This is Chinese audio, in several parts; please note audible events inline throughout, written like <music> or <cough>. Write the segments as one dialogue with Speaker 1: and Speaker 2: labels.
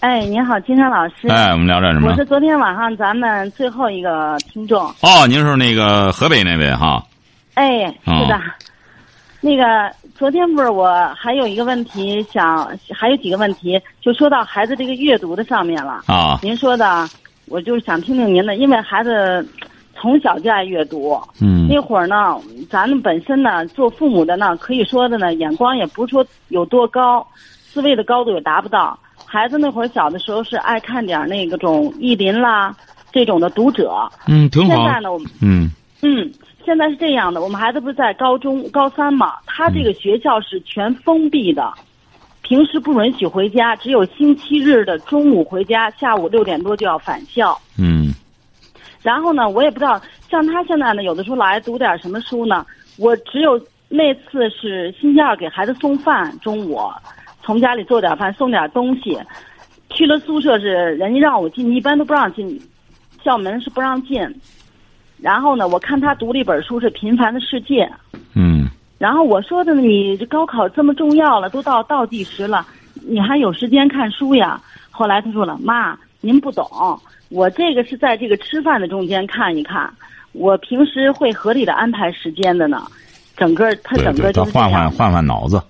Speaker 1: 哎，您好，金山老师。
Speaker 2: 哎，我们聊点什么
Speaker 1: 我？是昨天晚上咱们最后一个听众。
Speaker 2: 哦，您是那个河北那位哈？
Speaker 1: 哎，是的。
Speaker 2: 哦
Speaker 1: 那个昨天不是我还有一个问题想，还有几个问题，就说到孩子这个阅读的上面了。
Speaker 2: 啊，
Speaker 1: 您说的，我就是想听听您的，因为孩子从小就爱阅读。
Speaker 2: 嗯
Speaker 1: 那会儿呢，咱们本身呢，做父母的呢，可以说的呢，眼光也不是说有多高，思维的高度也达不到。孩子那会儿小的时候是爱看点儿那个种意林啦这种的读者。
Speaker 2: 嗯，挺
Speaker 1: 现
Speaker 2: 好。
Speaker 1: 在呢，我们
Speaker 2: 嗯
Speaker 1: 嗯，现在是这样的，我们孩子不是在高中高三嘛，他这个学校是全封闭的，平时不允许回家，只有星期日的中午回家，下午六点多就要返校。
Speaker 2: 嗯
Speaker 1: 然后呢，我也不知道，像他现在呢，有的时候来读点什么书呢，我只有那次是星期二给孩子送饭，中午从家里做点饭送点东西，去了宿舍是人家让我进，一般都不让进，校门是不让进。然后呢，我看他读了一本书是《平凡的世界》，
Speaker 2: 嗯。
Speaker 1: 然后我说的呢，你这高考这么重要了，都到倒计时了，你还有时间看书呀？后来他说了，妈，您不懂，我这个是在这个吃饭的中间看一看，我平时会合理的安排时间的呢。整个他
Speaker 2: 对
Speaker 1: 整
Speaker 2: 对，
Speaker 1: 个
Speaker 2: 他
Speaker 1: 就是这
Speaker 2: 换换
Speaker 1: 样
Speaker 2: 换换脑子。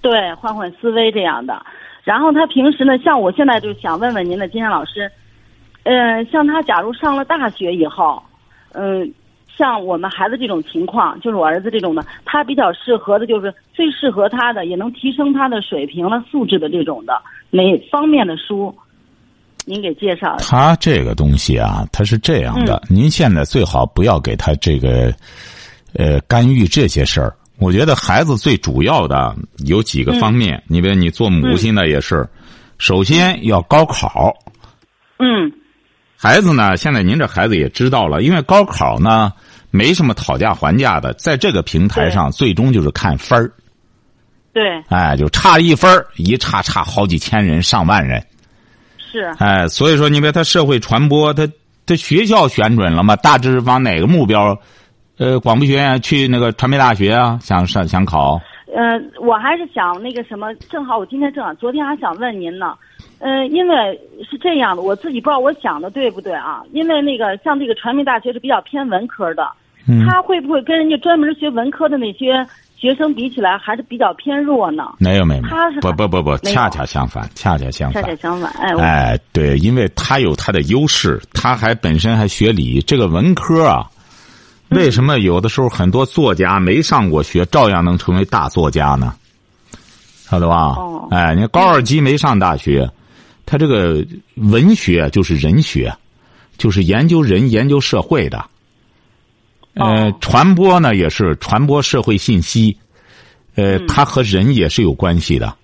Speaker 1: 对，换换思维这样的。然后他平时呢，像我现在就想问问您的金山老师，呃，像他假如上了大学以后，嗯、像我们孩子这种情况，就是我儿子这种的，他比较适合的就是最适合他的，也能提升他的水平了、素质的这种的哪方面的书，您给介绍一下。
Speaker 2: 他这个东西啊，他是这样的，
Speaker 1: 嗯
Speaker 2: 您现在最好不要给他这个，呃，干预这些事儿。我觉得孩子最主要的有几个
Speaker 1: 嗯
Speaker 2: 方面，你比如你做母亲的也是，首先要高考。
Speaker 1: 嗯
Speaker 2: 孩子呢，现在您这孩子也知道了，因为高考呢没什么讨价还价的，在这个平台上，最终就是看分儿。
Speaker 1: 对，
Speaker 2: 哎，就差一分儿一差差好几千人、上万人。
Speaker 1: 是，
Speaker 2: 哎，所以说你别他社会传播，他他学校选准了吗？大致往哪个目标？呃，广播学院去那个传媒大学啊，想上想考。
Speaker 1: 呃，我还是想那个什么，正好我今天正好，昨天还想问您呢，呃，因为是这样的，我自己不知道我想的对不对啊，因为那个像这个传媒大学是比较偏文科的，他会不会跟人家专门学文科的那些学生比起来，还是比较偏弱呢？
Speaker 2: 没有没有，没有
Speaker 1: 他是
Speaker 2: 不不不不，
Speaker 1: 没有
Speaker 2: 恰恰相反，恰恰相
Speaker 1: 恰
Speaker 2: 反。
Speaker 1: 恰相反，哎，我
Speaker 2: 哎，对，因为他有他的优势，他还本身还学理，这个文科啊，为什么有的时候很多作家没上过学，照样能成为大作家呢？晓得吧？
Speaker 1: 哦
Speaker 2: 哎，你看高尔基没上大学，他这个文学啊就是人学，就是研究人、研究社会的。呃
Speaker 1: 哦，
Speaker 2: 传播呢也是传播社会信息，呃，它和人也是有关系的。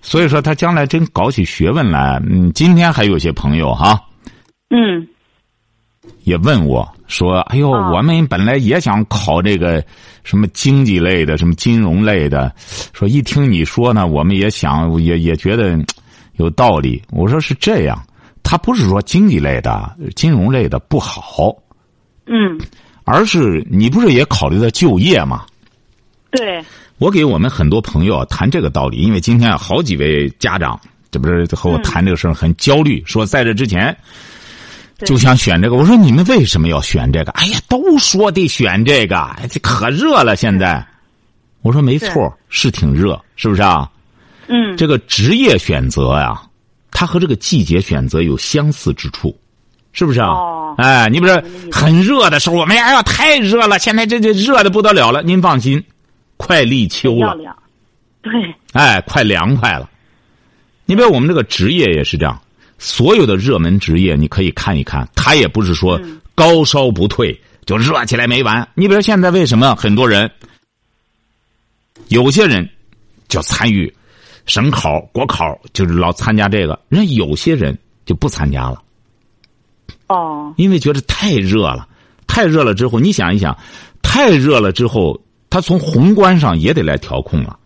Speaker 2: 所以说，他将来真搞起学问来，嗯，今天还有些朋友哈、
Speaker 1: 嗯，
Speaker 2: 也问我说：“哎呦，
Speaker 1: 啊
Speaker 2: 我们本来也想考这个什么经济类的、什么金融类的，说一听你说呢，我们也想也也觉得嗯有道理。”我说是这样，他不是说经济类的、金融类的不好，
Speaker 1: 嗯，
Speaker 2: 而是你不是也考虑到就业吗？
Speaker 1: 对，
Speaker 2: 我给我们很多朋友谈这个道理，因为今天有好几位家长，这不是和我谈这个事儿很焦虑，说在这之前
Speaker 1: 对
Speaker 2: 就想选这个。我说你们为什么要选这个？哎呀，都说得选这个，哎这可热了现在。我说没错，是挺热，是不是啊？
Speaker 1: 嗯，
Speaker 2: 这个职业选择呀、它和这个季节选择有相似之处，是不是啊？
Speaker 1: 哦
Speaker 2: 哎，你不是
Speaker 1: 明白意思
Speaker 2: 很热的时候，我们哎呀太热了，现在这这热的不得了了。您放心，快立秋
Speaker 1: 漂
Speaker 2: 了，
Speaker 1: 亮，对，
Speaker 2: 哎，快凉快了。你比如我们这个职业也是这样，所有的热门职业你可以看一看，它也不是说高烧不退，就热起来没完。你比如现在为什么很多人，有些人就参与省考、国考，就是老参加这个；人家有些人就不参加了。
Speaker 1: 哦，
Speaker 2: 因为觉得太热了，太热了之后，你想一想，太热了之后，它从宏观上也得来调控了。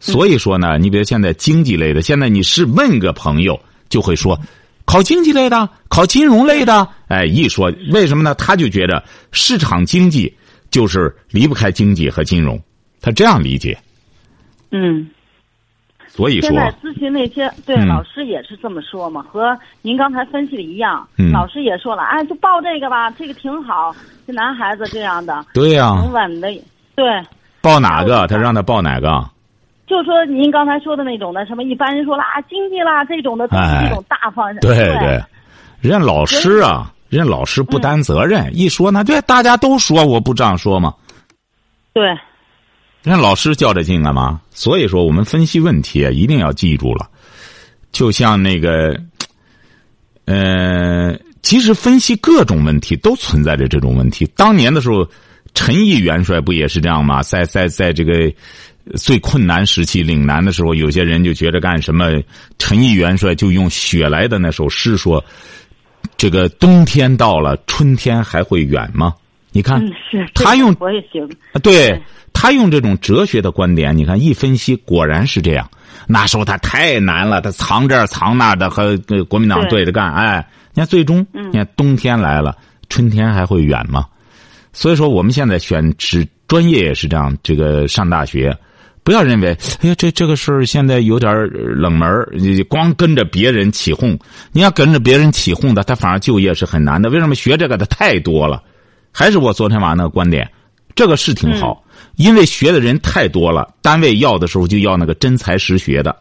Speaker 2: 所以说呢，你比如现在经济类的，现在你是问个朋友，就会说，考经济类的，考金融类的，哎，一说为什么呢？他就觉得市场经济就是离不开经济和金融，他这样理解。
Speaker 1: 嗯，
Speaker 2: 所以说，
Speaker 1: 现在咨询那些对、
Speaker 2: 嗯
Speaker 1: 老师也是这么说嘛，和您刚才分析的一样。
Speaker 2: 嗯
Speaker 1: 老师也说了，哎，就报这个吧，这个挺好，这男孩子这样的
Speaker 2: 对呀、
Speaker 1: 挺稳的，对。
Speaker 2: 报哪个？他让他报哪个？
Speaker 1: 就说您刚才说的那种的，什么一般人说了啊，经济啦这种的都
Speaker 2: 哎
Speaker 1: 是一种大方向。
Speaker 2: 对对，人家老师啊，人家老师不担责任，一说呢，对，大家都说我不这样说嘛，
Speaker 1: 对，
Speaker 2: 人家老师较这劲干嘛？所以说，我们分析问题啊，一定要记住了，就像那个，呃，其实分析各种问题都存在着这种问题。当年的时候，陈毅元帅不也是这样吗？在在在这个最困难时期岭南的时候，有些人就觉着干什么，陈毅元帅就用雪来的那首诗说：“这个冬天到了，春天还会远吗？”你看，
Speaker 1: 嗯是。
Speaker 2: 他用
Speaker 1: 我也行，
Speaker 2: 啊，对他用这种哲学的观点，你看一分析，果然是这样。那时候他太难了，他藏这儿藏那儿的，和呃国民党
Speaker 1: 对
Speaker 2: 对着干。哎，你看最终，你看冬天来了，春天还会远吗？所以说，我们现在选职专业也是这样。这个上大学，不要认为，哎呀，这这个事儿现在有点儿冷门儿你光跟着别人起哄。你要跟着别人起哄的，他反而就业是很难的。为什么学这个的太多了？还是我昨天晚上那个观点，这个是挺好，因为学的人太多了，单位要的时候就要那个真才实学的，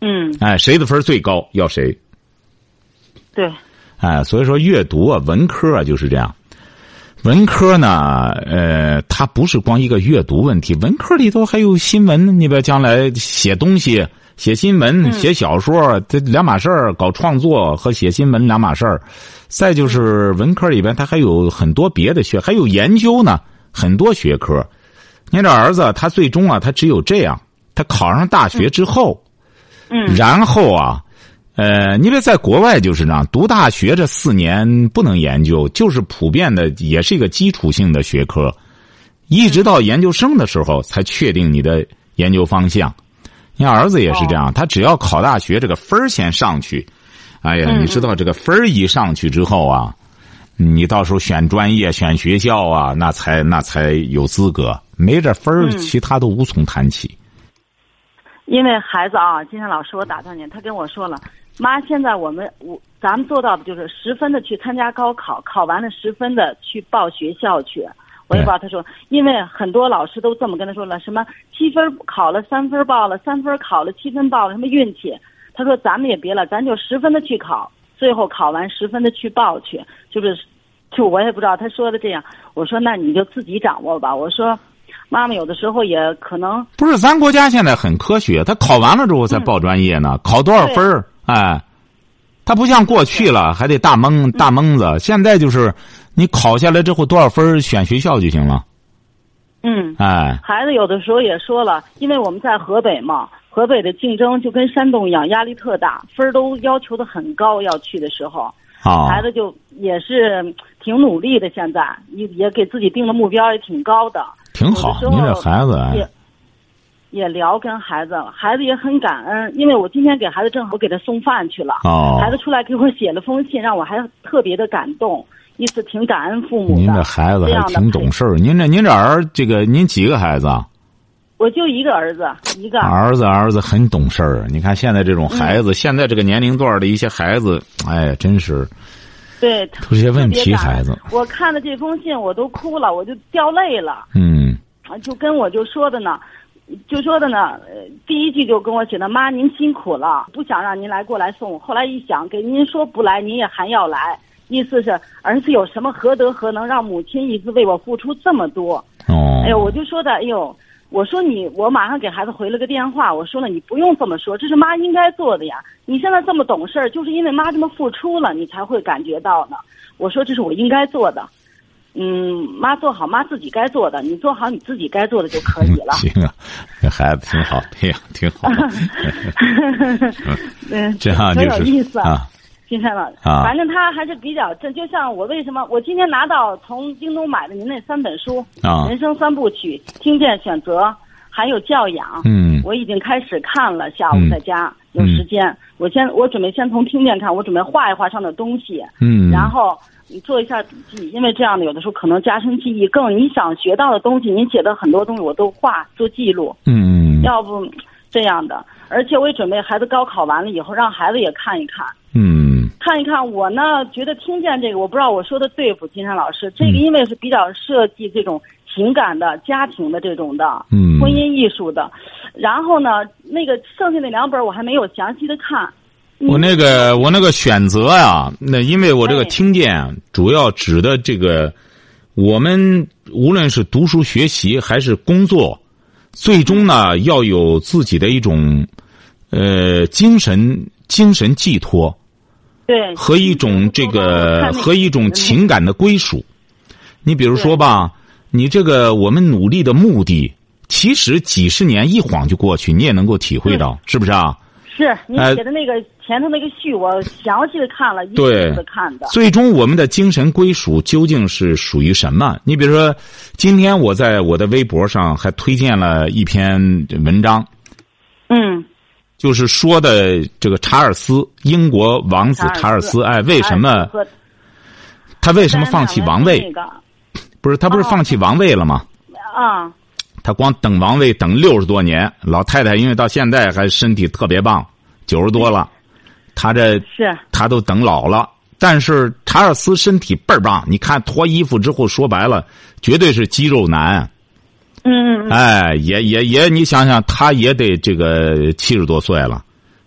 Speaker 1: 嗯，
Speaker 2: 哎，谁的分儿最高要谁，
Speaker 1: 对，
Speaker 2: 哎，所以说阅读啊，文科啊就是这样。文科呢，呃，它不是光一个阅读问题，文科里头还有新闻呢。你比如将来写东西、写新闻、写小说，这两码事儿；搞创作和写新闻两码事儿。再就是文科里边，它还有很多别的学，还有研究呢，很多学科。您这儿子，他最终啊，他只有这样，他考上大学之后，
Speaker 1: 嗯
Speaker 2: 然后啊，呃，因为在国外就是这样，读大学这四年不能研究，就是普遍的，也是一个基础性的学科，一直到研究生的时候才确定你的研究方向。你看儿子也是这样，他只要考大学这个分儿先上去，哎呀，你知道这个分儿一上去之后啊，你到时候选专业、选学校啊，那才那才有资格。没这分
Speaker 1: 嗯
Speaker 2: 儿，其他都无从谈起。
Speaker 1: 因为孩子啊，今天老师我打断您，他跟我说了，妈，现在我们我咱们做到的就是十分的去参加高考，考完了十分的去报学校去。我也不知道，他说，因为很多老师都这么跟他说了，什么七分考了三分报了，三分考了七分报了，什么运气。他说咱们也别了，咱就十分的去考，最后考完十分的去报去，就是，就我也不知道他说的这样。我说那你就自己掌握吧。我说，妈妈有的时候也可能
Speaker 2: 不是，咱国家现在很科学，他考完了之后才报专业呢，
Speaker 1: 嗯
Speaker 2: 考多少分儿？哎，他不像过去了，还得大蒙大蒙
Speaker 1: 嗯
Speaker 2: 子。现在就是你考下来之后多少分儿选学校就行了。
Speaker 1: 嗯。
Speaker 2: 哎，
Speaker 1: 孩子有的时候也说了，因为我们在河北嘛，河北的竞争就跟山东一样，压力特大，分儿都要求的很高。要去的时候，
Speaker 2: 啊，
Speaker 1: 孩子就也是嗯挺努力的，现在也也给自己定的目标也挺高的，
Speaker 2: 挺好。
Speaker 1: 有的时候
Speaker 2: 您这孩子，哎
Speaker 1: 也也聊跟孩子，孩子也很感恩，因为我今天给孩子正好给他送饭去了，
Speaker 2: 哦，
Speaker 1: 孩子出来给我写了封信，让我还特别的感动，意思挺感恩父母的。
Speaker 2: 您这孩子还
Speaker 1: 这样的
Speaker 2: 挺懂事儿。您这您这儿这个您几个孩子啊？
Speaker 1: 我就一个儿子，一个
Speaker 2: 儿子，儿子很懂事儿。你看现在这种
Speaker 1: 嗯
Speaker 2: 孩子，现在这个年龄段儿的一些孩子，哎，真是
Speaker 1: 对，
Speaker 2: 有些问题，孩子。。
Speaker 1: 我看了这封信，我都哭了，我就掉泪了，
Speaker 2: 嗯，
Speaker 1: 啊就跟我就说的呢，就说的呢，呃第一句就跟我写的妈您辛苦了，不想让您来过来送，后来一想给您说不来，您也还要来，意思是儿子有什么何德何能让母亲一直为我付出这么多？
Speaker 2: 哦，。
Speaker 1: 哎呦，我就说的，哎呦，我说你，我马上给孩子回了个电话，我说了，你不用这么说，这是妈应该做的呀。你现在这么懂事儿，就是因为妈这么付出了，你才会感觉到呢。我说这是我应该做的，嗯，妈做好妈自己该做的，你做好你自己该做的就可以了
Speaker 2: 行啊，这孩子挺好，
Speaker 1: <laughs>
Speaker 2: 培养挺好，
Speaker 1: 嗯， <laughs>
Speaker 2: 这样就
Speaker 1: 很有意
Speaker 2: 是
Speaker 1: 思。
Speaker 2: 啊，
Speaker 1: 金山老师，
Speaker 2: 啊
Speaker 1: 反正他还是比较正。就像我为什么我今天拿到从京东买的您那三本书，
Speaker 2: 啊
Speaker 1: 人生三部曲》《听见选择》还有教养，
Speaker 2: 嗯
Speaker 1: 我已经开始看了。下午在家、
Speaker 2: 嗯
Speaker 1: 有时间，我先我准备先从听见看，我准备画一画上的东西，
Speaker 2: 嗯，
Speaker 1: 然后你做一下笔记，因为这样的有的时候可能加深记忆。更你想学到的东西，你写的很多东西我都画做记录，
Speaker 2: 嗯
Speaker 1: 要不这样的。而且我也准备孩子高考完了以后，让孩子也看一看。
Speaker 2: 嗯
Speaker 1: 看一看我呢，觉得听见这个，我不知道我说的对不，金山老师，这个
Speaker 2: 嗯
Speaker 1: 因为是比较涉及这种情感的、家庭的这种的，
Speaker 2: 嗯，
Speaker 1: 婚姻艺术的。然后呢，那个剩下那两本我还没有详细的看。嗯
Speaker 2: 我那个我那个选择啊，那因为我这个
Speaker 1: 哎
Speaker 2: 听见啊主要指的这个，我们无论是读书学习还是工作，最终呢要有自己的一种呃精神精神寄托
Speaker 1: 对
Speaker 2: 和一种这个和一
Speaker 1: 嗯
Speaker 2: 种情感的归属。你比如说吧，你这个我们努力的目的，其实几十年一晃就过去，你也能够体会到，是不是啊？
Speaker 1: 是你
Speaker 2: 呃
Speaker 1: 写的那个前头那个序，我详细的看了，一
Speaker 2: 对
Speaker 1: 次的看的。
Speaker 2: 最终我们的精神归属究竟是属于什么？你比如说，今天我在我的微博上还推荐了一篇文章，
Speaker 1: 嗯，
Speaker 2: 就是说的这个查尔斯，英国王子查尔斯，哎，为什么
Speaker 1: 和
Speaker 2: 他为什么放弃王
Speaker 1: 那
Speaker 2: 位？
Speaker 1: 个
Speaker 2: 不是他不是放弃王位了吗？
Speaker 1: 啊，
Speaker 2: 他光等王位等六十多年，老太太因为到现在还身体特别棒，九十多了，她这
Speaker 1: 是
Speaker 2: 他都等老了。但是查尔斯身体倍儿棒，你看脱衣服之后，说白了，绝对是肌肉男。啊
Speaker 1: 嗯嗯嗯
Speaker 2: 哎，也也也，你想想，他也得这个七十多岁了，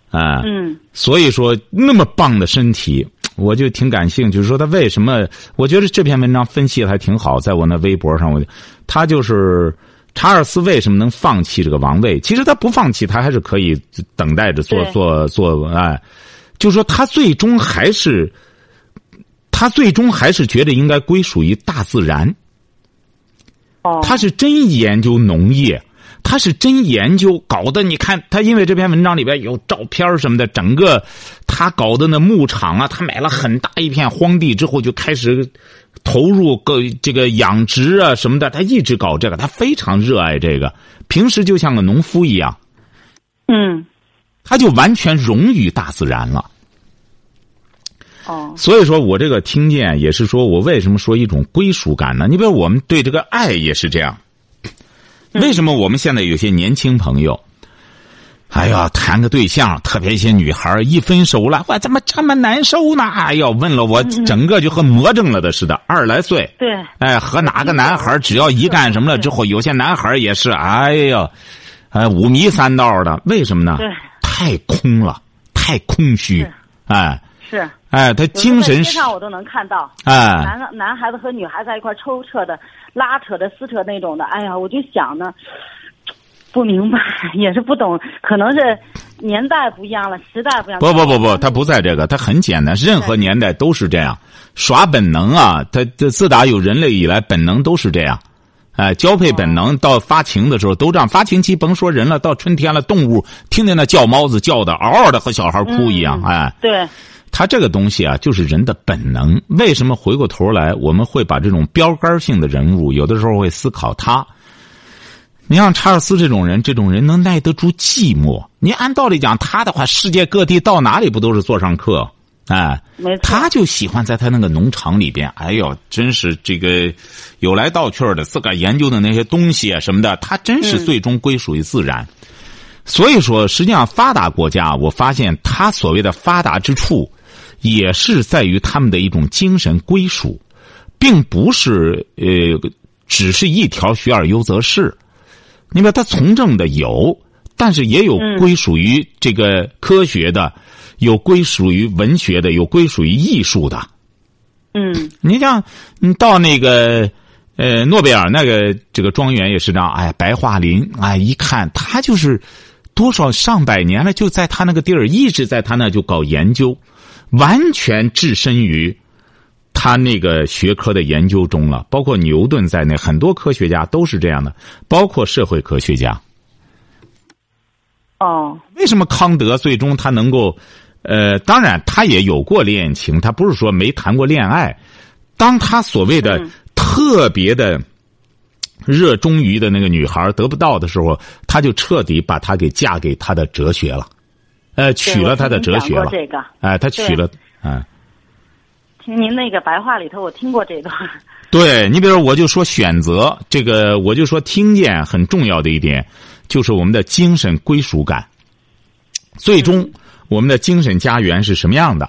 Speaker 2: 哎，
Speaker 1: 嗯，
Speaker 2: 所以说那么棒的身体，我就挺感兴趣。说他为什么？我觉得这篇文章分析的还挺好，在我那微博上，我就他就是查尔斯为什么能放弃这个王位？其实他不放弃，他还是可以等待着做
Speaker 1: 对
Speaker 2: 做做，哎，就说他最终还是，他最终还是觉得应该归属于大自然。
Speaker 1: 哦，
Speaker 2: 他是真研究农业，他是真研究搞的。你看，他因为这篇文章里边有照片儿什么的，整个他搞的那牧场啊，他买了很大一片荒地之后，就开始投入个这个养殖啊什么的。他一直搞这个，他非常热爱这个，平时就像个农夫一样，
Speaker 1: 嗯
Speaker 2: 他就完全融于大自然了。
Speaker 1: 哦
Speaker 2: 所以说我这个听见也是说我为什么说一种归属感呢？你比如我们对这个爱也是这样。
Speaker 1: 嗯
Speaker 2: 为什么我们现在有些年轻朋友，哎呀，谈个对象，特别一些女孩儿一分手了，我怎么这么难受呢？哎呦，问了我整个就和魔怔了的似的，二十来岁，
Speaker 1: 对
Speaker 2: 哎，和哪个男孩儿只要一干什么了之后，有些男孩儿也是，哎呀，哎，五迷三道的，为什么呢？
Speaker 1: 对
Speaker 2: 太空了，太空虚
Speaker 1: 是，
Speaker 2: 哎
Speaker 1: 是，有时
Speaker 2: 哎，他
Speaker 1: 候
Speaker 2: 精神
Speaker 1: 在街
Speaker 2: 是
Speaker 1: 上我都能看到。
Speaker 2: 哎，
Speaker 1: 男男孩子和女孩子在一块儿抽扯的、拉扯的、撕扯那种的，哎呀，我就想呢，不明白，也是不懂，可能是年代不一样了，时代不一样。
Speaker 2: 不不不不，他不在这个，他很简单，任何年代都是这样，耍本能啊，他他自打有人类以来，本能都是这样，哎，交配本
Speaker 1: 哦
Speaker 2: 能到发情的时候都这样，发情期甭说人了，到春天了，动物听见那叫猫子叫的嗷嗷的，和小孩哭一样，
Speaker 1: 嗯
Speaker 2: 哎，
Speaker 1: 对，
Speaker 2: 他这个东西啊，就是人的本能。为什么回过头来，我们会把这种标杆性的人物，有的时候会思考他？你像查尔斯这种人，这种人能耐得住寂寞。你按道理讲，他的话，世界各地到哪里不都是座上客？哎，
Speaker 1: 没错。
Speaker 2: 他就喜欢在他那个农场里边，哎呦，真是这个有来道去儿的，自个儿研究的那些东西啊什么的，他真是
Speaker 1: 嗯
Speaker 2: 最终归属于自然。所以说，实际上发达国家，我发现他所谓的发达之处，也是在于他们的一种精神归属，并不是呃，只是一条学而优则仕。你把它从政的有，但是也有
Speaker 1: 嗯
Speaker 2: 归属于这个科学的，有归属于文学的，有归属于艺术的。
Speaker 1: 嗯，
Speaker 2: 你像你到那个呃诺贝尔那个这个庄园也是这样，哎，白桦林，哎，一看他就是多少上百年了，就在他那个地儿，一直在他那就搞研究，完全置身于他那个学科的研究中了。包括牛顿在内，很多科学家都是这样的，包括社会科学家。
Speaker 1: 哦，
Speaker 2: 为什么康德最终他能够，呃，当然他也有过恋情，他不是说没谈过恋爱。当他所谓的
Speaker 1: 嗯
Speaker 2: 特别的热衷于的那个女孩得不到的时候，他就彻底把她给嫁给他的哲学了，呃，娶了他的哲学
Speaker 1: 对我
Speaker 2: 了
Speaker 1: 听，您讲过这个，
Speaker 2: 哎，他娶
Speaker 1: 对
Speaker 2: 了，哎。
Speaker 1: 听您那个白话里头，我听过这段、
Speaker 2: 对你，比如说，我就说选择这个，我就说听见很重要的一点，就是我们的精神归属感。最终，我们的精神家园是什么样的？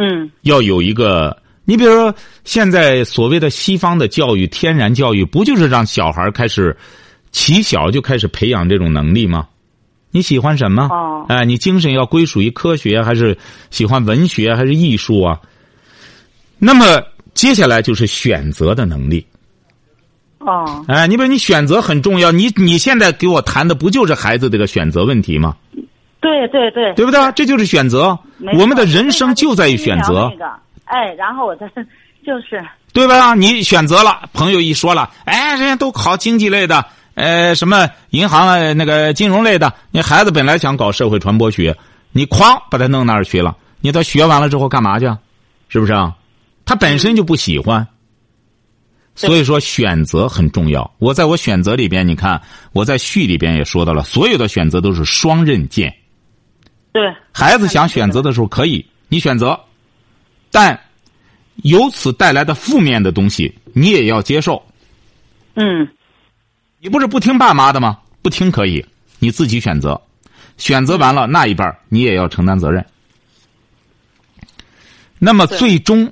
Speaker 1: 嗯
Speaker 2: 要有一个，你比如说，现在所谓的西方的教育，天然教育，不就是让小孩开始起小就开始培养这种能力吗？你喜欢什么？
Speaker 1: 哦
Speaker 2: 哎、你精神要归属于科学，还是喜欢文学，还是艺术啊？那么接下来就是选择的能力。
Speaker 1: 哦，
Speaker 2: 哎，你比如你选择很重要，你你现在给我谈的不就是孩子这个选择问题吗？
Speaker 1: 对对对，
Speaker 2: 对不对？这就是选择
Speaker 1: 没，错
Speaker 2: 我们的人生就在于选择。
Speaker 1: 那个，哎，然后我再 <laughs> 就是
Speaker 2: 对吧？你选择了，朋友一说了，哎，人家都考经济类的，呃，什么银行啊，那个金融类的。你孩子本来想搞社会传播学，你哐把他弄那儿去了，你他学完了之后干嘛去啊？是不是啊？他本身就不喜欢，所以说选择很重要。我在我选择里边，你看我在序里边也说到了，所有的选择都是双刃剑。
Speaker 1: 对
Speaker 2: 孩子想选择的时候可以你选择，但由此带来的负面的东西你也要接受。
Speaker 1: 嗯
Speaker 2: 你不是不听爸妈的吗？不听可以，你自己选择，选择完了那一半儿你也要承担责任。那么
Speaker 1: 对
Speaker 2: 最终，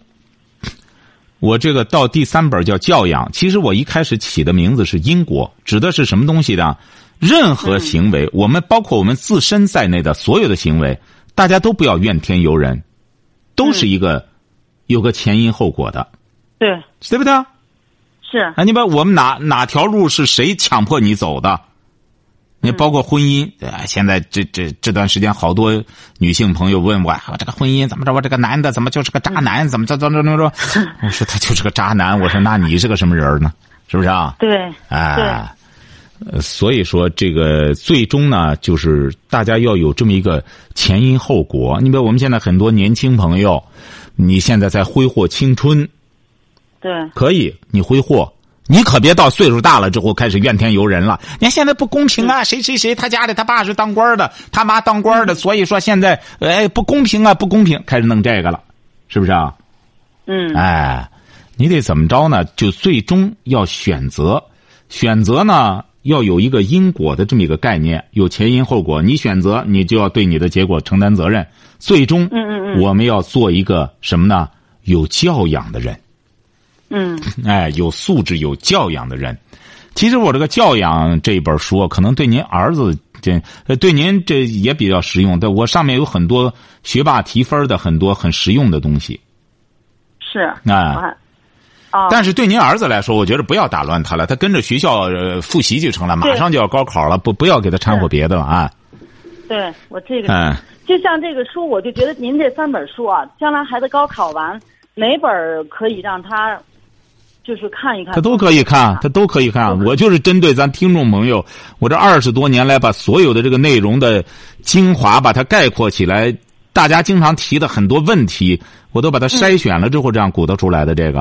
Speaker 2: 我这个到第三本叫教养。其实我一开始起的名字是因果，指的是什么东西呢？任何行为，我们包括我们自身在内的所有的行为，大家都不要怨天尤人，都是一个有个前因后果的，
Speaker 1: 对
Speaker 2: 对不对？
Speaker 1: 是
Speaker 2: 哎，你把我们哪哪条路是谁强迫你走的？你包括婚姻，哎，现在这这这段时间，好多女性朋友问我，哎我这个婚姻怎么着？我这个男的怎么就是个渣男？怎么着怎么着怎么着？我说他就是个渣男。我说那你是个什么人呢？是不是啊？
Speaker 1: 对
Speaker 2: 哎，呃所以说这个最终呢，就是大家要有这么一个前因后果。你比如我们现在很多年轻朋友，你现在在挥霍青春，
Speaker 1: 对
Speaker 2: 可以，你挥霍，你可别到岁数大了之后开始怨天尤人了。你看现在不公平啊，谁谁谁他家里他爸是当官的，他妈当官的，所以说现在哎不公平啊，不公平，开始弄这个了，是不是啊？
Speaker 1: 嗯
Speaker 2: 哎，你得怎么着呢？就最终要选择，选择呢要有一个因果的这么一个概念，有前因后果。你选择，你就要对你的结果承担责任。最终，
Speaker 1: 嗯嗯嗯
Speaker 2: 我们要做一个什么呢？有教养的人。
Speaker 1: 嗯
Speaker 2: 哎，有素质、有教养的人。其实我这个教养这本书啊，可能对您儿子这呃对您这也比较实用。但我上面有很多学霸提分的很多很实用的东西
Speaker 1: 是
Speaker 2: 啊。
Speaker 1: 啊哦
Speaker 2: 但是对您儿子来说，我觉得不要打乱他了，他跟着学校、呃、复习就成了，马
Speaker 1: 对
Speaker 2: 上就要高考了，不不要给他掺和别的了啊。
Speaker 1: 对我这个
Speaker 2: 嗯，
Speaker 1: 就像这个书，我就觉得您这三本书啊，将来孩子高考完哪本儿可以让他就是看一看？
Speaker 2: 他都可以看，他啊都可以看。我就是针对咱听众朋友，我这二十多年来把所有的这个内容的精华把它概括起来，大家经常提的很多问题，我都把它筛选了之后，这样鼓捣出来的这个，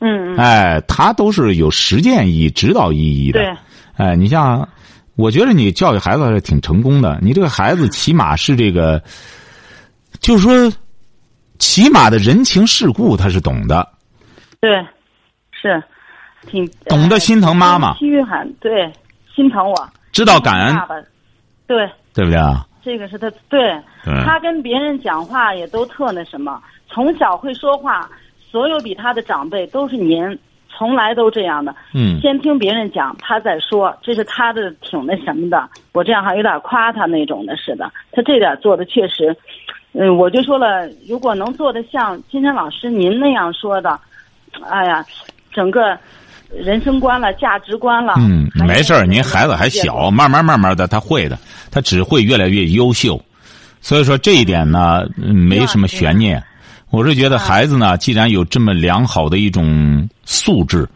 Speaker 1: 嗯嗯，
Speaker 2: 哎，它都是有实践意义、指导意义的。
Speaker 1: 对，
Speaker 2: 哎，你像，我觉得你教育孩子还是挺成功的。你这个孩子起码是这个，就是说，起码的人情世故他是懂的，
Speaker 1: 对，是挺
Speaker 2: 懂得心疼妈妈
Speaker 1: 呃挺心寒，对，心疼我，
Speaker 2: 知道感恩
Speaker 1: 爸，爸，对，
Speaker 2: 对不对啊？
Speaker 1: 这个是他对
Speaker 2: 对，
Speaker 1: 他跟别人讲话也都特那什么，从小会说话，所有比他的长辈都是您，从来都这样的。
Speaker 2: 嗯
Speaker 1: 先听别人讲，他再说，这是他的挺那什么的。我这样还有点夸他那种的似的，他这点做的确实，嗯，我就说了，如果能做的像金山老师您那样说的，哎呀，整个人生观了、价值观了，
Speaker 2: 嗯，
Speaker 1: 还有
Speaker 2: 没事儿，您孩子还小，慢慢慢慢的他会的，他只会越来越优秀，所以说这一点呢，嗯
Speaker 1: 啊
Speaker 2: 没什么悬念。我是觉得孩子呢，既然有这么良好的一种素质，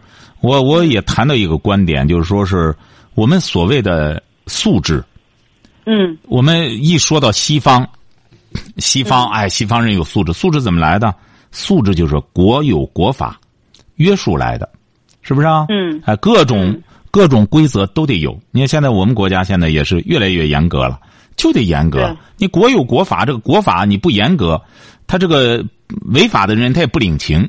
Speaker 2: 我我
Speaker 1: 嗯
Speaker 2: 也谈到一个观点，就是说是我们所谓的素质，
Speaker 1: 嗯
Speaker 2: 我们一说到西方，西方，哎，西方人有素质，素质怎么来的？素质就是国有国法约束来的，是不是啊？
Speaker 1: 嗯
Speaker 2: 哎，各种各种规则都得有。你看现在我们国家现在也是越来越严格了，就得严格
Speaker 1: 对。
Speaker 2: 你国有国法，这个国法你不严格，他这个违法的人他也不领情。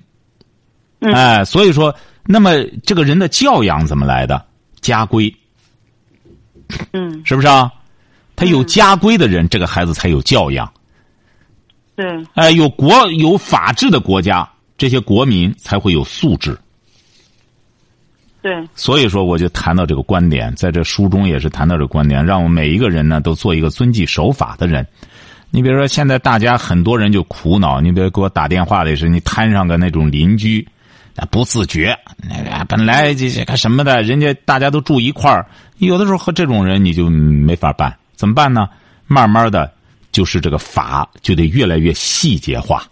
Speaker 1: 嗯
Speaker 2: 哎，所以说，那么这个人的教养怎么来的？家规
Speaker 1: 嗯，
Speaker 2: 是不是啊？他有家规的人，这个孩子才有教养。
Speaker 1: 对，
Speaker 2: 哎，有国有法治的国家，这些国民才会有素质。
Speaker 1: 对，
Speaker 2: 所以说，我就谈到这个观点，在这书中也是谈到这个观点，让我们每一个人呢都做一个遵纪守法的人。你比如说，现在大家很多人就苦恼，你比如给我打电话的也是，你摊上个那种邻居，啊不自觉，那个本来这这个什么的，人家大家都住一块儿，有的时候和这种人你就没法办，怎么办呢？慢慢的，就是这个法就得越来越细节化。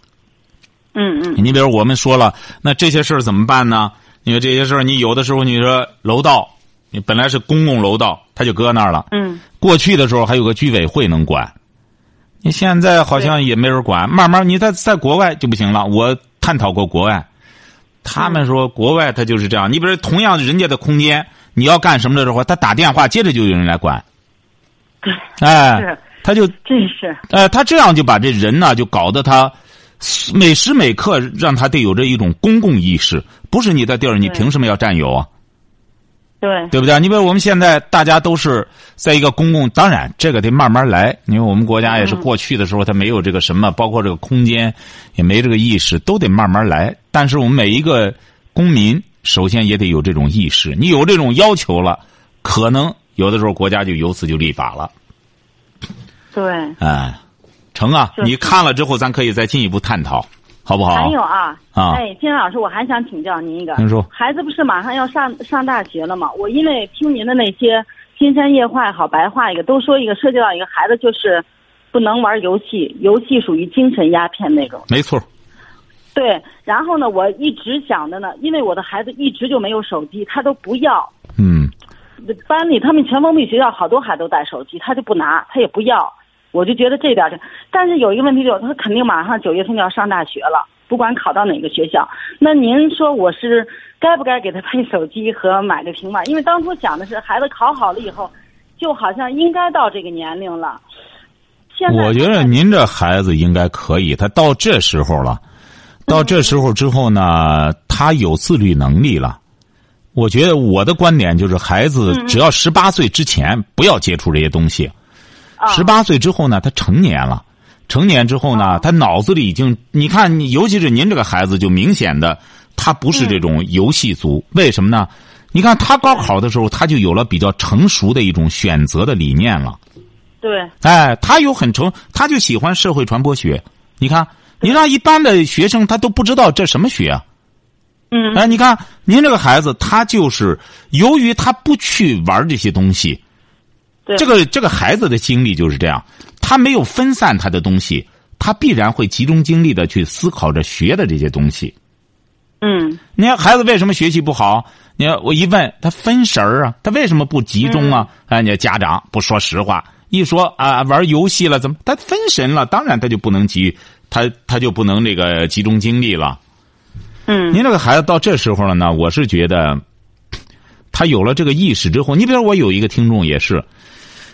Speaker 1: 嗯嗯
Speaker 2: 你比如我们说了，那这些事儿怎么办呢？因为这些事儿，你有的时候你说楼道，你本来是公共楼道，它就搁那儿了。
Speaker 1: 嗯，
Speaker 2: 过去的时候还有个居委会能管，你现在好像也没人管。慢慢你在在国外就不行了。我探讨过国外，他们说国外他就是这样。你比如同样人家的空间，你要干什么的时候，他打电话，接着就有人来管。
Speaker 1: 对，
Speaker 2: 哎
Speaker 1: 是，
Speaker 2: 他就
Speaker 1: 这是
Speaker 2: 呃，他这样就把这人呢，就搞得他每时每刻让他得有着一种公共意识，不是你的地儿，你
Speaker 1: 对
Speaker 2: 凭什么要占有啊？
Speaker 1: 对，
Speaker 2: 对不对？你比如我们现在大家都是在一个公共，当然这个得慢慢来，因为我们国家也是
Speaker 1: 嗯
Speaker 2: 过去的时候，它没有这个什么，包括这个空间也没这个意识，都得慢慢来。但是我们每一个公民，首先也得有这种意识，你有这种要求了，可能有的时候国家就由此就立法了。
Speaker 1: 对。
Speaker 2: 哎，成啊！
Speaker 1: 就是
Speaker 2: 你看了之后，咱可以再进一步探讨，好不好？
Speaker 1: 还有啊，
Speaker 2: 啊
Speaker 1: 哎，金老师，我还想请教您一个。
Speaker 2: 您说
Speaker 1: 孩子不是马上要上上大学了吗？我因为听您的那些金山夜话也好，白话一个，都说一个涉及到一个孩子就是不能玩游戏，游戏属于精神鸦片那种。
Speaker 2: 没错，
Speaker 1: 对，然后呢，我一直想着呢，因为我的孩子一直就没有手机，他都不要。
Speaker 2: 嗯，
Speaker 1: 班里他们全封闭学校，好多孩子都带手机，他就不拿，他也不要。我就觉得这点儿就，但是有一个问题就是，他肯定马上九月份就要上大学了，不管考到哪个学校。那您说我是该不该给他配手机和买个平板？因为当初想的是，孩子考好了以后，就好像应该到这个年龄了。现在
Speaker 2: 我觉得您这孩子应该可以，他到这时候了，
Speaker 1: 嗯
Speaker 2: 到这时候之后呢，他有自律能力了。我觉得我的观点就是，孩子
Speaker 1: 嗯
Speaker 2: 只要十八岁之前不要接触这些东西，
Speaker 1: 啊
Speaker 2: 十八岁之后呢，他成年了，成年之后呢，他脑子里已经，你看，你尤其是您这个孩子，就明显的，他不是这种游戏族，为什么呢？你看他高考的时候，他就有了比较成熟的一种选择的理念了。
Speaker 1: 对
Speaker 2: 哎，他有很成，他就喜欢社会传播学。你看，你让一般的学生他都不知道这什么学啊。
Speaker 1: 嗯
Speaker 2: 哎，你看您这个孩子，他就是由于他不去玩这些东西，
Speaker 1: 对
Speaker 2: 这个这个孩子的精力就是这样，他没有分散他的东西，他必然会集中精力的去思考着学的这些东西。
Speaker 1: 嗯
Speaker 2: 你看孩子为什么学习不好？你看我一问他分神儿啊，他为什么不集中啊？
Speaker 1: 嗯
Speaker 2: 哎，你看家长不说实话，一说啊玩游戏了，怎么他分神了？当然他就不能集，他他就不能这个集中精力了。
Speaker 1: 嗯
Speaker 2: 您这个孩子到这时候了呢，我是觉得，他有了这个意识之后，你比如我有一个听众也是，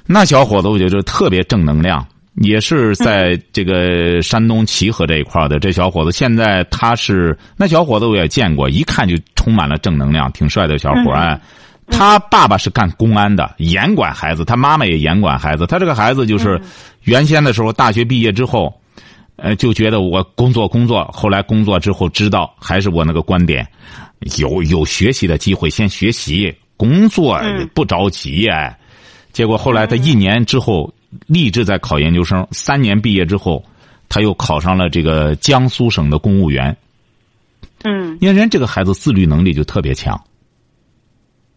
Speaker 2: 那小伙子我觉得特别正能量，也是在这个山东齐河这一块儿的。这小伙子现在他是那小伙子我也见过，一看就充满了正能量，挺帅的小伙儿。哎他爸爸是干公安的，严管孩子；他妈妈也严管孩子。他这个孩子就是，原先的时候大学毕业之后，呃，就觉得我工作工作，后来工作之后知道还是我那个观点，有有学习的机会先学习，工作
Speaker 1: 嗯
Speaker 2: 不着急哎。结果后来他一年之后立志在考研究生，三年毕业之后，他又考上了这个江苏省的公务员。
Speaker 1: 嗯
Speaker 2: 因为人这个孩子自律能力就特别强，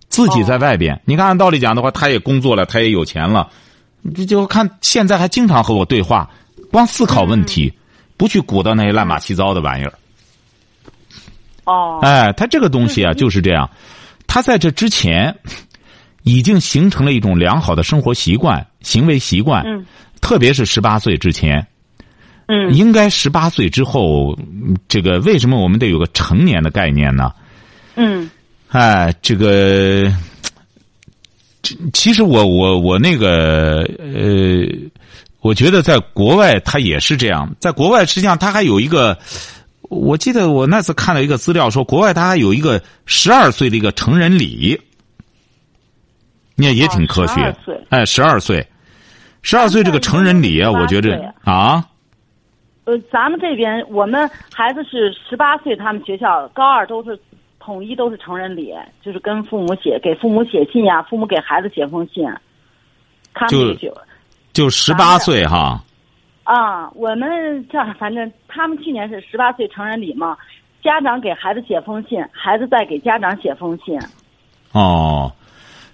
Speaker 2: 自己
Speaker 1: 哦
Speaker 2: 在外边，你看按道理讲的话，他也工作了，他也有钱了，这就看现在还经常和我对话，光思考问题，
Speaker 1: 嗯
Speaker 2: 不去鼓捣那些乱码七糟的玩意儿。
Speaker 1: 哦嗯
Speaker 2: 哎，他这个东西啊就是这样，他在这之前已经形成了一种良好的生活习惯、行为习惯，
Speaker 1: 嗯
Speaker 2: 特别是十八岁之前，
Speaker 1: 嗯
Speaker 2: 应该十八岁之后，嗯这个为什么我们得有个成年的概念呢？
Speaker 1: 嗯
Speaker 2: 哎，这个，这其实我我我那个呃，我觉得在国外它也是这样，在国外实际上它还有一个，我记得我那次看到一个资料说，国外它还有一个十二岁的一个成人礼，那也挺科学，
Speaker 1: 哦12岁
Speaker 2: 哎，十二岁，十二岁这个成人礼啊，
Speaker 1: 18
Speaker 2: 我觉
Speaker 1: 岁
Speaker 2: 着啊，
Speaker 1: 呃，咱们这边我们孩子是十八岁，他们学校高二都是统一都是成人礼，就是跟父母写给父母写信呀、父母给孩子写封信。他们
Speaker 2: 就
Speaker 1: 这个就
Speaker 2: 就十八岁哈，
Speaker 1: 啊，我们这儿反正他们去年是十八岁成人礼嘛，家长给孩子写封信，孩子再给家长写封信。
Speaker 2: 哦，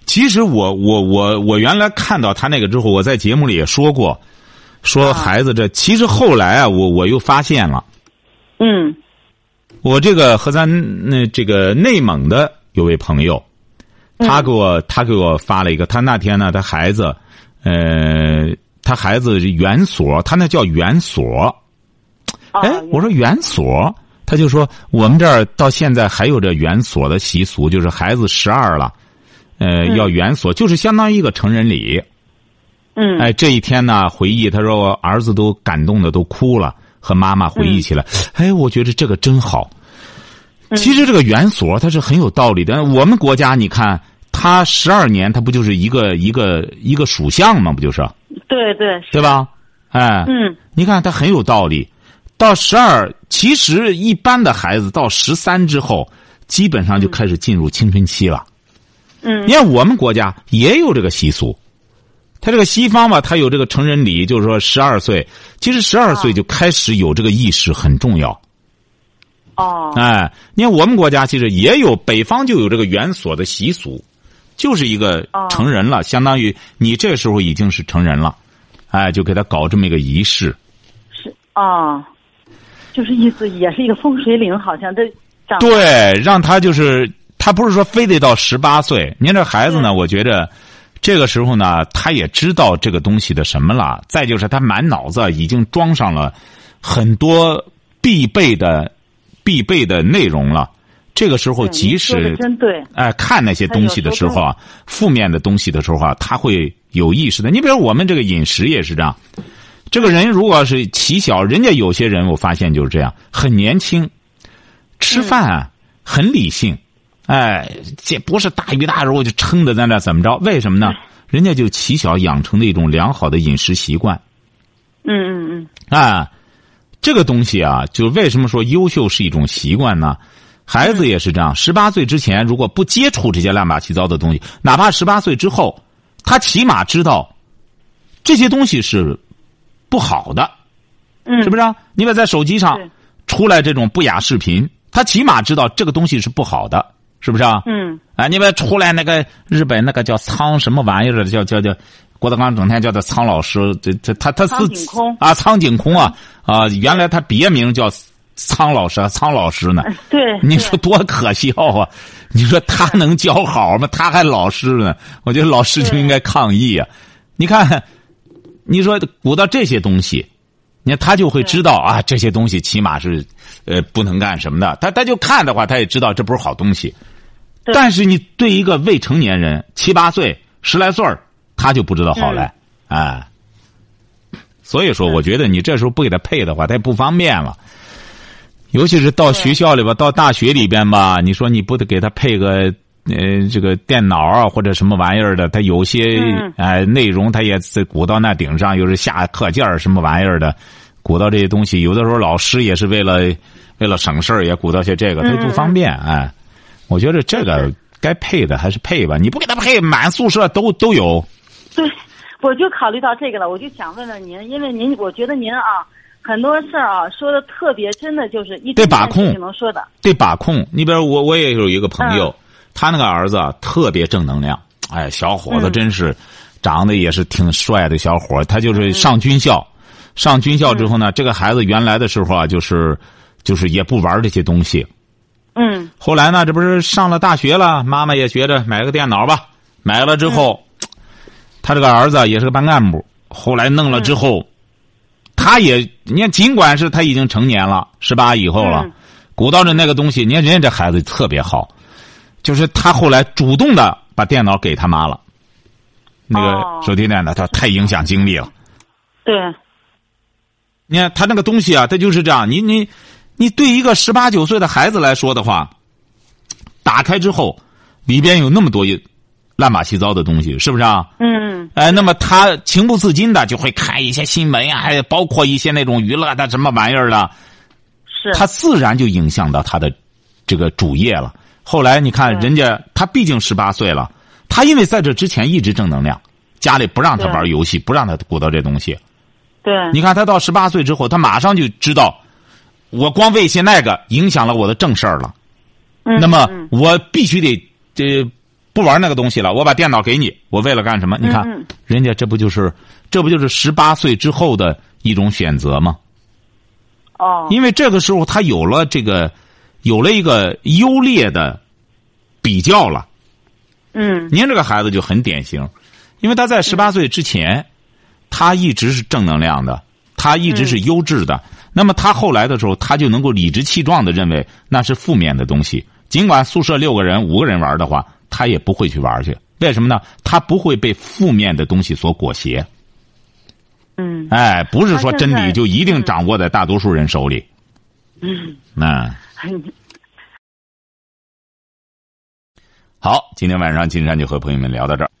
Speaker 2: 其实我我我我原来看到他那个之后，我在节目里也说过，说孩子这、其实后来啊，我我又发现了，
Speaker 1: 嗯
Speaker 2: 我这个和咱那、这个内蒙的有位朋友，他给我他给我发了一个，他那天呢，他孩子，呃，他孩子园所，他那叫园所，
Speaker 1: 哦，
Speaker 2: 哎，我说园所，他就说我们这儿到现在还有这园所的习俗，就是孩子十二了，呃，要园所，就是相当于一个成人礼。
Speaker 1: 嗯
Speaker 2: 哎，这一天呢，回忆他说我儿子都感动的都哭了，和妈妈回忆起来。哎，我觉得这个真好。其实这个园所它是很有道理的。我们国家你看，它十二年，它不就是一个一个一个属相吗？不就是，
Speaker 1: 对对
Speaker 2: 对吧？哎，
Speaker 1: 嗯
Speaker 2: 你看他很有道理。到十二，其实一般的孩子到十三之后，基本上就开始进入青春期了。
Speaker 1: 嗯
Speaker 2: 你看我们国家也有这个习俗，他这个西方吧，他有这个成人礼，就是说十二岁，其实十二岁就开始有这个意识很重要。
Speaker 1: 哦
Speaker 2: 哎，你看我们国家其实也有，北方就有这个园所的习俗，就是一个
Speaker 1: 哦
Speaker 2: 成人了，相当于你这时候已经是成人了，哎，就给他搞这么一个仪式。
Speaker 1: 是哦，就是意思也是一个风水岭，好像这长
Speaker 2: 对，让他就是他不是说非得到十八岁。您这孩子呢，我觉着这个时候呢，他也知道这个东西的什么了。再就是他满脑子已经装上了很多必备的必备的内容了。这个时候，
Speaker 1: 对您
Speaker 2: 即
Speaker 1: 说得
Speaker 2: 使
Speaker 1: 真对，
Speaker 2: 哎，看那些东西的时候啊，负面的东西的时候啊，他会有意识的。你比如我们这个饮食也是这样，这个人如果是起小，人家有些人我发现就是这样，很年轻，吃饭啊、很理性，哎，这不是大鱼大肉就撑的在那怎么着？为什么呢？人家就起小养成的一种良好的饮食习惯。
Speaker 1: 嗯嗯嗯，
Speaker 2: 啊，这个东西啊，就是为什么说优秀是一种习惯呢？孩子也是这样，十八岁之前如果不接触这些乱七八糟的东西，哪怕十八岁之后，他起码知道这些东西是不好的，
Speaker 1: 嗯
Speaker 2: 是不是、啊？你把在手机上
Speaker 1: 对
Speaker 2: 出来这种不雅视频，他起码知道这个东西是不好的，是不是啊？
Speaker 1: 嗯
Speaker 2: 啊，你们出来那个日本那个叫苍什么玩意儿的，叫叫叫郭德纲整天叫他苍老师，这这他他
Speaker 1: 苍
Speaker 2: 是
Speaker 1: 井空
Speaker 2: 啊，苍井空啊啊，原来他别名叫苍老师，啊苍老师
Speaker 1: <laughs>
Speaker 2: 呢。
Speaker 1: 对，
Speaker 2: 你
Speaker 1: 对
Speaker 2: 说多可笑啊！你说他能教好吗？他还老师呢？我觉得老师就应该抗议啊！你看，你说鼓捣这些东西，你看他就会知道啊，这些东西起码是呃不能干什么的。他他就看的话，他也知道这不是好东西。
Speaker 1: 对
Speaker 2: 但是你对一个未成年人七八岁、十来岁儿他就不知道好赖，哎。所以说，我觉得你这时候不给他配的话，他也不方便了。尤其是到学校里边，到大学里边吧，你说你不得给他配个呃这个电脑啊或者什么玩意儿的，他有些
Speaker 1: 嗯
Speaker 2: 哎内容他也自鼓到那顶上，又是下课件儿什么玩意儿的，鼓到这些东西。有的时候老师也是为了为了省事儿也鼓捣些这个，他也不方便哎。我觉得这个该配的还是配吧，你不给他配，满宿舍都都有。
Speaker 1: 对，我就考虑到这个了，我就想问问您，因为您，我觉得您啊，很多事儿啊说的特别，真的就是一
Speaker 2: 对
Speaker 1: 针
Speaker 2: 把
Speaker 1: 见血
Speaker 2: 控
Speaker 1: 就能说的，
Speaker 2: 得把控。你比如我，我也有一个朋
Speaker 1: 嗯
Speaker 2: 友，他那个儿子啊特别正能量，哎，小伙子
Speaker 1: 嗯
Speaker 2: 真是、长得也是挺帅的小伙儿他
Speaker 1: 嗯
Speaker 2: 就是上军校，上军校之后呢，这个孩子原来的时候啊，就是就是也不玩这些东西。
Speaker 1: 嗯
Speaker 2: 后来呢，这不是上了大学了，妈妈也觉着买个电脑吧，买了之
Speaker 1: 嗯
Speaker 2: 啊
Speaker 1: 嗯
Speaker 2: 后，他这个儿子也是个班干部，后来弄了之后，他也，你看，尽管是他已经成年了，十八以后了
Speaker 1: 嗯，
Speaker 2: 鼓捣着那个东西，你看人家这孩子特别好，就是他后来主动的把电脑给他妈了，那
Speaker 1: 哦
Speaker 2: 个手提电脑，他太影响精力了。
Speaker 1: 对，
Speaker 2: 你看他那个东西啊，他就是这样。你你你对一个十八九岁的孩子来说的话，打开之后里边有那么多一乱八七糟的东西，是不是啊？
Speaker 1: 嗯，
Speaker 2: 哎，那么他情不自禁的就会看一些新闻呀、啊还有包括一些那种娱乐的什么玩意儿的，
Speaker 1: 是，
Speaker 2: 他自然就影响到他的这个主业了。后来你看，
Speaker 1: 对
Speaker 2: 人家他毕竟十八岁了，他因为在这之前一直正能量，家里不让他
Speaker 1: 对
Speaker 2: 玩游戏，不让他鼓捣这东西，
Speaker 1: 嗯对，
Speaker 2: 你看他到十八岁之后，他马上就知道，我光为些那个影响了我的正事儿了。
Speaker 1: 嗯
Speaker 2: 那么
Speaker 1: 嗯
Speaker 2: 我必须得这、不玩那个东西了，我把电脑给你，我为了干什么？你看，
Speaker 1: 嗯嗯
Speaker 2: 人家这不就是这不就是十八岁之后的一种选择吗？
Speaker 1: 哦，
Speaker 2: 因为这个时候他有了这个，有了一个优劣的比较了。
Speaker 1: 嗯，
Speaker 2: 您这个孩子就很典型，因为他在十八岁之前，他一直是正能量的，他一直是优质的。那么他后来的时候，他就能嗯够理直气壮的认为那是负面的东西。尽管宿舍六个人五个人玩的话，他也不会去玩去。为什么呢？他不会被负面的东西所裹挟。
Speaker 1: 嗯，
Speaker 2: 哎，不是说
Speaker 1: 他现
Speaker 2: 真
Speaker 1: 在
Speaker 2: 理就一定掌握在大多数人手里。嗯，那
Speaker 1: 哎
Speaker 2: 好，今天晚上金山就和朋友们聊到这儿。